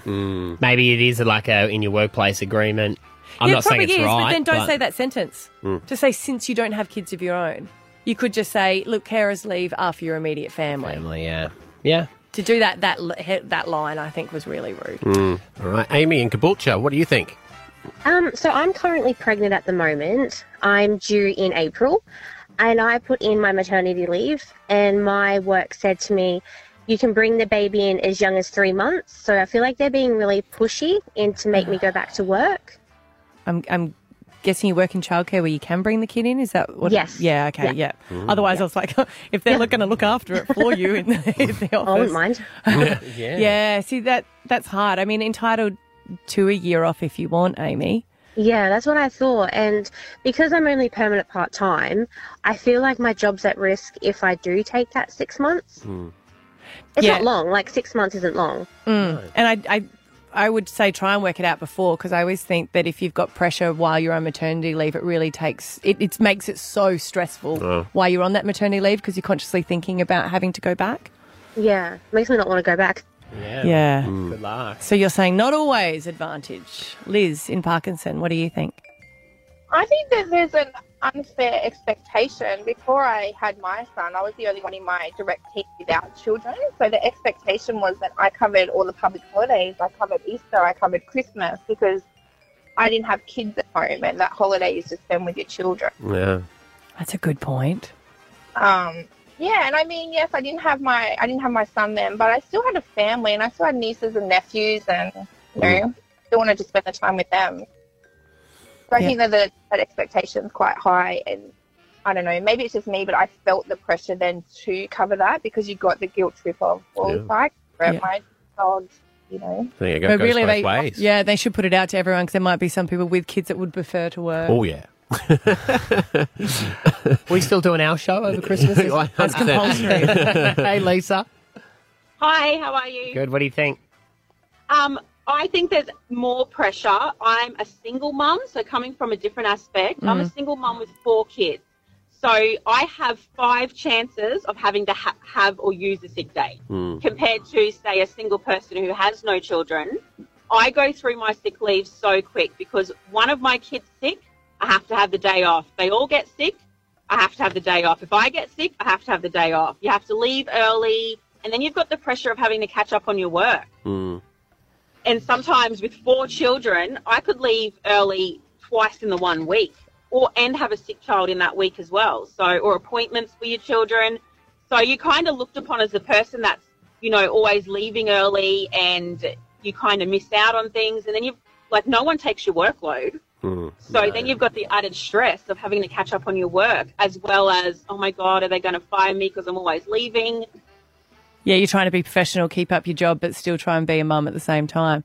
Maybe it is like a in your workplace agreement. I'm
Yeah,
not
it probably
saying it's
is,
right.
but then don't say that sentence.
Mm.
To say since you don't have kids of your own, you could just say, "Look, carers leave are for your immediate family."
Family, yeah, yeah.
To do that, that l- he- that line, I think, was really rude.
Mm. All right, Amy in Caboolture, what do you think?
Um, so I'm currently pregnant at the moment. I'm due in April, and I put in my maternity leave. And my work said to me, "You can bring the baby in as young as three months." So I feel like they're being really pushy in to make me go back to work.
I'm, I'm guessing you work in childcare where you can bring the kid in. Is that what?
Yes.
Yeah. Okay.
Yeah.
Yeah.
Hmm.
Mm.
Otherwise, I was like, if they're going to look after it for you in the, in the office,
I wouldn't mind.
yeah. See that that's hard. I mean, entitled to a year off if you want, Amy.
Yeah, that's what I thought. And because I'm only permanent part time, I feel like my job's at risk if I do take that six months. It's
Yeah.
not long. Like six months isn't long.
Mm. And I, I, I would say try and work it out before because I always think that if you've got pressure while you're on maternity leave, it really takes it. It makes it so stressful
Oh.
while you're on that maternity leave because you're consciously thinking about having to go back.
Yeah, makes me not want to go back.
Yeah. Hmm.
Yeah.
Good luck.
So you're saying not always advantage, Liz in Parkinson. What do you think?
I think that there's an unfair expectation. Before I had my son, I was the only one in my direct team without children. So the expectation was that I covered all the public holidays. I covered Easter, I covered Christmas because I didn't have kids at home and that holiday is to spend with your children.
Yeah.
That's a good point.
Um, yeah, and I mean, yes, I didn't have my I didn't have my son then, but I still had a family and I still had nieces and nephews and you know, still wanted to spend the time with them. So I
Yeah.
think that the that expectation's quite high and I don't know, maybe it's just me, but I felt the pressure then to cover that because you got the guilt trip of, well,
Yeah.
if I grab
Yeah.
my dog, you know.
There you go.
But
goes both
they,
ways.
yeah, they should put it out to everyone because there might be some people with kids that would prefer to work.
Oh, yeah.
we still doing our show over Christmas?
That's compulsory.
hey, Lisa.
Hi, how are you?
Good. What do you think?
Um, I think there's more pressure. I'm a single mum, so coming from a different aspect, I'm a
Mm.
single mum with four kids. So I have five chances of having to ha- have or use a sick day
Mm.
compared to, say, a single person who has no children. I go through my sick leave so quick because one of my kids sick, I have to have the day off. They all get sick, I have to have the day off. If I get sick, I have to have the day off. You have to leave early, and then you've got the pressure of having to catch up on your work. And sometimes with four children, I could leave early twice in the one week or and have a sick child in that week as well. So or appointments for your children. So you kind of looked upon as the person that's, you know, always leaving early and you kind of miss out on things and then you've like no one takes your workload.
Mm.
So then you've got the added stress of having to catch up on your work as well as oh my god, are they going to fire me because I'm always leaving?
yeah, you're trying to be professional, keep up your job, but still try and be a mum at the same time.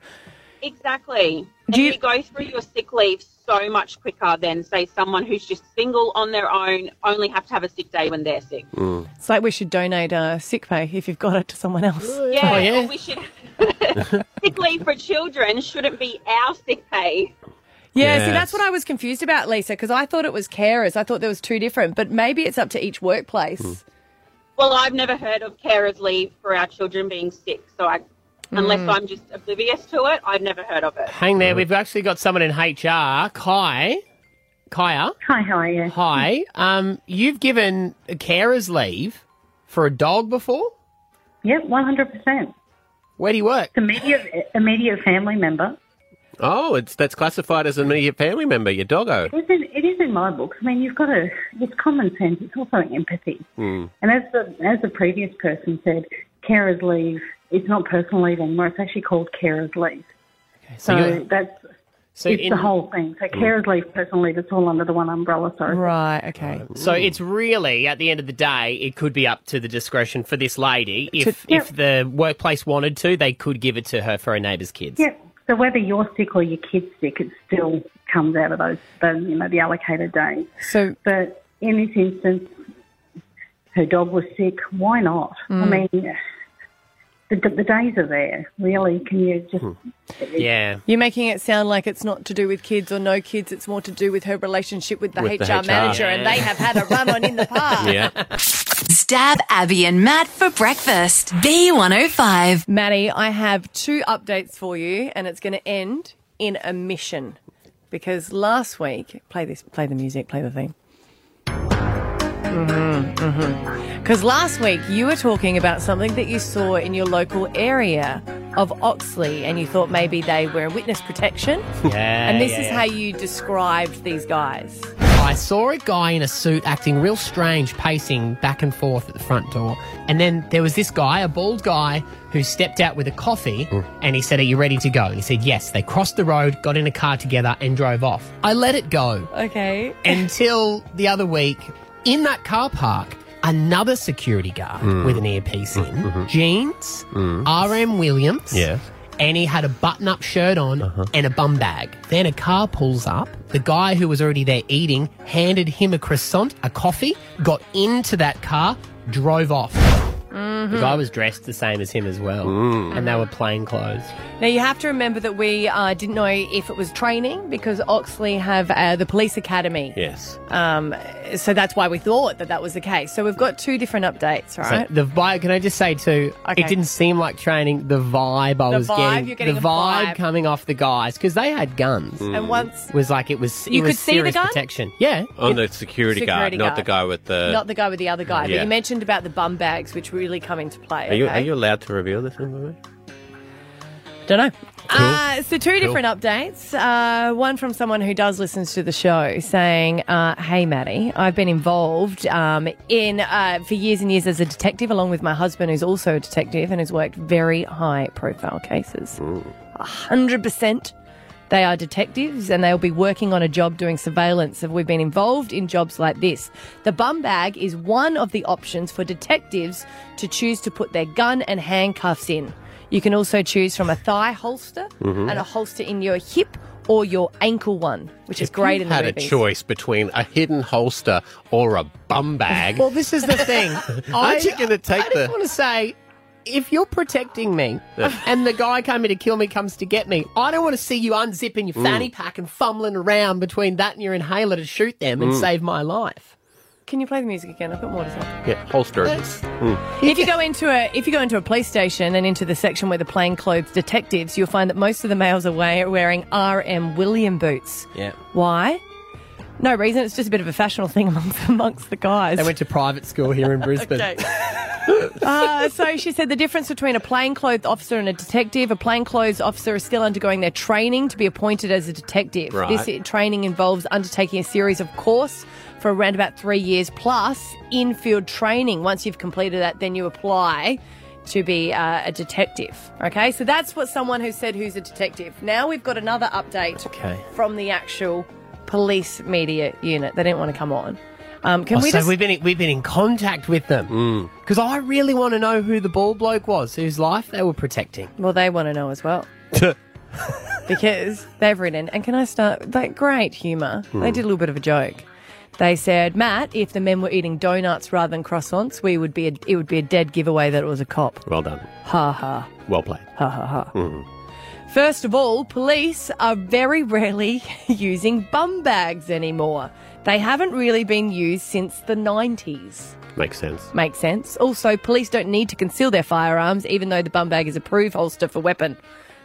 Exactly. And
Do
you...
you-
go through your sick leave so much quicker than, say, someone who's just single on their own, only have to have a sick day when they're sick.
Mm.
It's like we should donate uh, sick pay if you've got it to someone else.
Oh, Yeah, or we should. sick leave for children shouldn't be our sick pay.
Yeah, see,
Yes.
that's what I was confused about, Lisa, because I thought it was carers. I thought there was two different, but maybe it's up to each workplace.
Well, I've never heard of carers leave for our children being sick, so I, unless
Mm.
I'm just oblivious to it, I've never heard of it.
Hang there. We've actually got someone in HR, Kai. Kaya.
Hi, how are you?
Hi. Um, you've given a carer's leave for a dog before?
Yep, 100%.
Where do you work?
Immediate, immediate family member.
Oh, it's that's classified as an immediate family member, your doggo.
It is, in, it is in my book. I mean, you've got to, it's common sense, it's also empathy.
Mm.
And as the, as the previous person said, carers leave, it's not personal leave anymore, it's actually called carers leave.
so
so
you're-
that's,
So
it's
in- Mm.
the whole thing. So carers leave, personal leave, it's all under the one umbrella. Sorry.
Right. Okay.
So it's really at the end of the day, it could be up to the discretion for this lady. If
yeah.
if the workplace wanted to, they could give it to her for her neighbour's kids.
Yep. So whether you're sick or your kid's sick, it still comes out of those, the, you know, the allocated days.
So,
but in this instance, her dog was sick. Why not? I
Mm.
mean, the, the days are there. Really, can you just?
Yeah.
You're making it sound like it's not to do with kids or no kids. It's more to do with her relationship with the,
With
HR,
the HR.
manager, and they have had a run on in the past.
Yeah. Stab Abby and Matt for breakfast. B105.
Maddie, I have two updates for you, and it's going to end in a mission because last week, play this, play the music, play the thing. Because mm-hmm. last week you were talking about something that you saw in your local area of Oxley, and you thought maybe they were witness protection.
Yeah,
and this
yeah,
is
yeah.
how you described these guys.
I saw a guy in a suit acting real strange, pacing back and forth at the front door. And then there was this guy, a bald guy, who stepped out with a coffee and he said, Are you ready to go? And he said, Yes. They crossed the road, got in a car together, and drove off. I let it go.
Okay.
Until the other week, in that car park, another security guard
Hmm.
Mm.
with an earpiece in,
Mm-hmm.
jeans, RM Williams.
Yeah.
And he had a button up shirt on and a bum bag. Then a car pulls up. The guy who was already there eating handed him a croissant, a coffee, got into that car, drove off. The guy was dressed the same as him as well.
Mm.
And they were plain clothes.
Now you have to remember that we uh, didn't know if it was training because Oxley have uh, the police academy.
Yes.
Um, so that's why we thought that that was the case. So we've got two different updates, right?
So the vibe. Can I just say too?
Okay.
It didn't seem like training. The vibe I
The
was
vibe,
getting,
you're getting
the
the
vibe,
vibe.
coming off the guys because they had guns. Mm.
And once-
was like it was. It
You
was
could see the
serious
gun?
protection. Yeah.
On the security, guard,
Security
not the
guard.
guy with the.
Not the guy with the other guy, but
yeah.
you mentioned about the bum bags, which really come into play.
are you
okay?
are you allowed to reveal this information?
Don't know. Uh, so two
Cool.
different updates. Uh, one from someone who does listen to the show saying, uh, "Hey, Maddie, I've been involved um, in uh, for years and years as a detective, along with my husband, who's also a detective and has worked very high-profile cases. A hundred percent." They are detectives and they'll be working on a job doing surveillance. And we've been involved in jobs like this. The bum bag is one of the options for detectives to choose to put their gun and handcuffs in. You can also choose from a thigh holster
Mhm.
and a holster in your hip or your ankle one, which is
If
great
you
in the
had
movies.
a choice between a hidden holster or a bum bag.
Well, this is the thing.
Aren't you going to take
I
the?
just want to say, if you're protecting me,
Yeah.
and the guy coming to kill me comes to get me, I don't want to see you unzipping
Mm.
your fanny pack and fumbling around between that and your inhaler to shoot them and
Mm.
save my life.
Can you play the music again? I've got more to say.
Yeah, holster.
That's-
Mm.
if you go into a if you go into a police station and into the section where the plainclothes detectives, you'll find that most of the males are wa- wearing R.M. William boots.
Yeah.
Why? No reason. It's just a bit of a fashionable thing amongst amongst the guys.
They went to private school here in Brisbane.
uh, so she said the difference between a plainclothes officer and a detective. A plainclothes officer is still undergoing their training to be appointed as a detective.
Right.
This i- training involves undertaking a series of course for around about three years plus in-field training. Once you've completed that, then you apply to be uh, a detective. Okay, so that's what someone who said who's a detective. Now we've got another update
Okay.
from the actual police media unit. They didn't want to come on. Um, can
Oh,
we
so
just?
we've been we've been in contact with them because Mm. I really want to know who the bald bloke was whose life they were protecting.
Well, they want to know as well. because they've written, and can I start? Like, great humour. They
Hmm.
did a little bit of a joke. They said, Matt, if the men were eating donuts rather than croissants, we would be a, it would be a dead giveaway that it was a cop.
Well done.
Ha ha.
Well played.
Ha ha ha.
Mm.
First of all, police are very rarely using bum bags anymore. They haven't really been used since the 90s.
Makes sense.
Makes sense. Also, police don't need to conceal their firearms, even though the bum bag is a proof holster for weapon.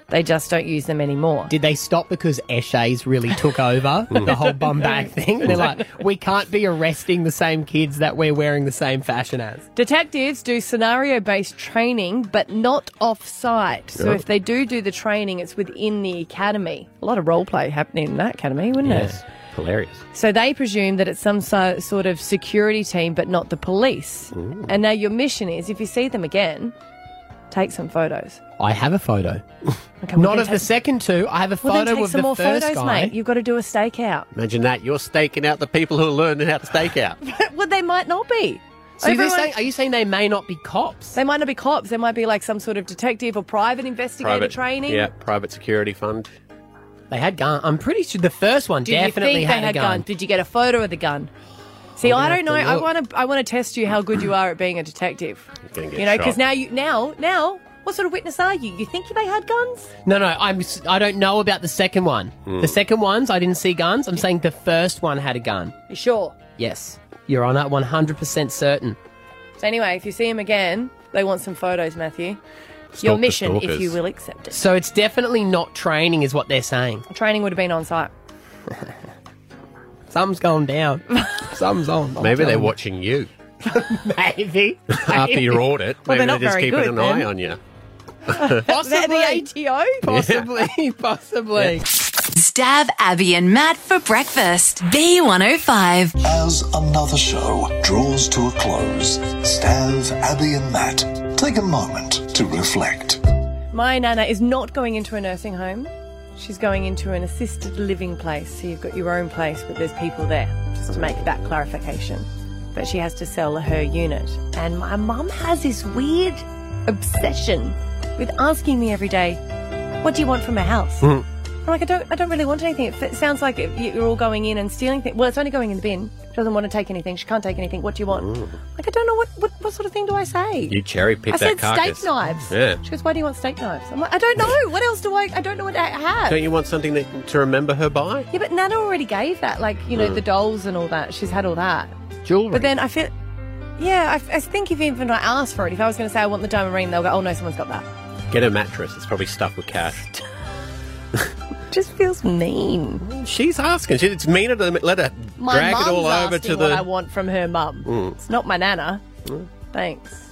They just don't use them anymore.
Did they stop because Eshays really took over the whole bum bag thing? They're like, we can't be arresting the same kids that we're wearing the same fashion as.
Detectives do scenario based training, but not off site. So
Yeah.
if they do do the training, it's within the academy. A lot of role play happening in that academy, wouldn't it?
Hilarious.
So they presume that it's some so- sort of security team, but not the police. And now your mission is if you see them again, Take some photos.
I have a photo.
well,
Not
then
of the second two. I have a
well, then
photo
take
of
some
the
more
first
photos,
guy.
mate. You've got to do a stakeout.
Imagine that. You're staking out the people who are learning how to stake out.
well, they might not be.
So you're saying- are you saying they may not be cops?
They might not be cops. They might be like some sort of detective or private investigator training.
Yeah, private security fund.
They had gun. I'm pretty sure the first one
Do
definitely
you think
had
they
a
had
gun.
guns? Did you get a photo of the gun? See,
I'm gonna
I don't know.
have to
I
look.
want to. I want to test you how good you are at being a detective.
gonna get
you know, because
shot.
now you now now what sort of witness are you? You think they had guns?
No, no, I'm. s- I don't know about the second one. The second ones, I didn't see guns. I'm saying the first one had a gun.
You sure?
Yes, you're on that 100 percent certain.
So anyway, if you see him again, they want some photos, Matthew.
Stalk
Your
the
mission, if
stalkers.
you will accept it.
So it's definitely not training, is what they're saying.
Training would have been on site.
Something's going down. Something's on.
Maybe they're
watching.
watching you
Maybe.
after your audit.
Well,
Maybe they're
they're not
just
very
keeping
good
an
then.
eye on you.
Possibly the ATO.
Possibly, possibly.
Stab Abby and Matt for breakfast. B105.
As another show draws to a close, Stav, Abby, and Matt take a moment to reflect.
My nana is not going into a nursing home. She's going into an assisted living place. So you've got your own place, but there's people there, just to make that clarification. But she has to sell her unit. And my mum has this weird obsession with asking me every day, What do you want from a house? I'm like, I don't, I don't really want anything. It f- sounds like it- you're all going in and stealing things. Well, it's only going in the bin. She doesn't want to take anything. She can't take anything. What do you want? Like, I don't know what, what, what sort of thing do I say?
You cherry pick
I
that
said
carcass.
steak knives.
Yeah.
She goes, why do you want steak knives? I'm like, I don't know. What else do I? I don't know what I have.
Don't you want something that, to remember her by?
yeah, but Nana already gave that, like you know,
Mm.
the dolls and all that. She's had all that.
Jewelry.
But then I feel, yeah, I, f- I think if even I asked for it, if I was going to say I want the diamond ring, they'll go, oh no, someone's got that.
Get a mattress. It's probably stuffed with cash.
Just feels mean.
She's asking. She, it's meaner to let her
My
drag
mum's
it all over
asking
to
what
the.
I want from her mum.
Mm.
It's not my Nana. Thanks.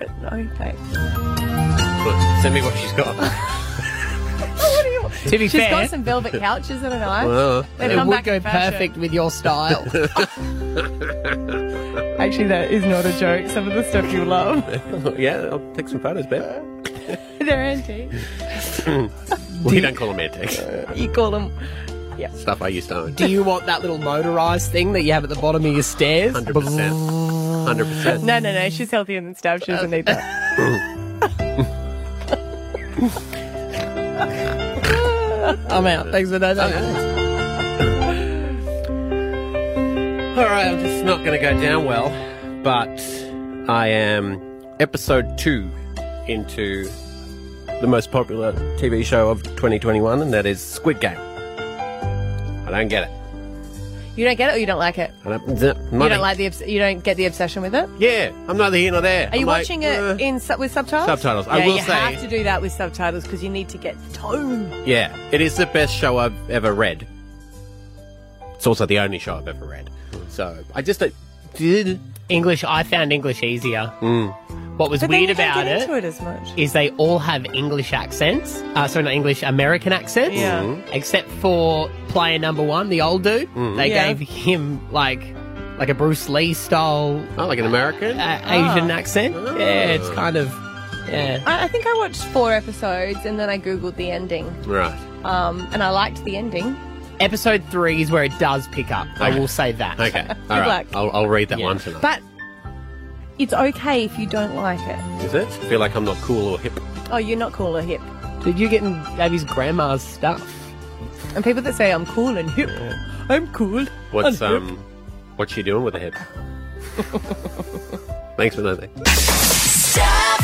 But no thanks.
Look, send me what she's got.
what do you want?
To be
She's
fair-
got some velvet couches in her nice.
Well,
They've
it
come
would
back
go
in fashion.
perfect with your style.
Actually, that is not a joke. Some of the stuff you love.
yeah, I'll take some photos, Ben.
They're antique.
we don't call them antiques.
You call them
Stuff I used to own.
Do you want that little motorized thing that you have at the bottom of your stairs?
100%. 100%.
No, no, no. She's healthier than Stab. She doesn't need that. Oh,
I'm out. Thanks for that.
All right, I'm just not going to go down well, but I am episode two into the most popular TV show of 2021, and that is Squid Game. I don't get it.
You don't get it, or you don't like it.
I don't, money.
You don't like the. Obs- you don't get the obsession with it.
Yeah, I'm neither here nor there.
Are you
I'm like, uh,
watching it in sub- with subtitles?
Subtitles.
Yeah,
I will
you
say-
have to do that with subtitles because you need to get the tone.
Yeah, it is the best show I've ever read. It's also the only show I've ever read. So I just don't. Did
English? I found English easier.
Mm.
What was
But then
weird
you don't
about
get
it
into it as much.
is they all have English accents. Uh, sorry, not English, American accents.
Yeah.
Hmm.
Mhm.
Except for player number one, the old dude.
Mhm.
They
Yeah.
gave him like like a Bruce Lee style.
Oh, like an American?
uh, Asian
Ah.
accent. Yeah, it's kind of. Yeah.
I, I think I watched four episodes and then I googled the ending,
Right.
um, and I liked the ending.
Episode three is where it does pick up. I will say that.
Okay. All
Good
right.
luck.
I'll, I'll read that one tonight.
But it's okay if you don't like it.
Is it? feel like I'm not cool or hip.
Oh, you're not cool or hip.
Did you get in Abby's grandma's stuff?
And people that say I'm cool and hip, I'm cool.
What's
and hip."
um, what's she doing with her hip? Thanks for nothing.
oh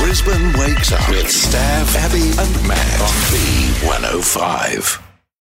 Brisbane wakes up with Stav, Abby, and Matt on B105.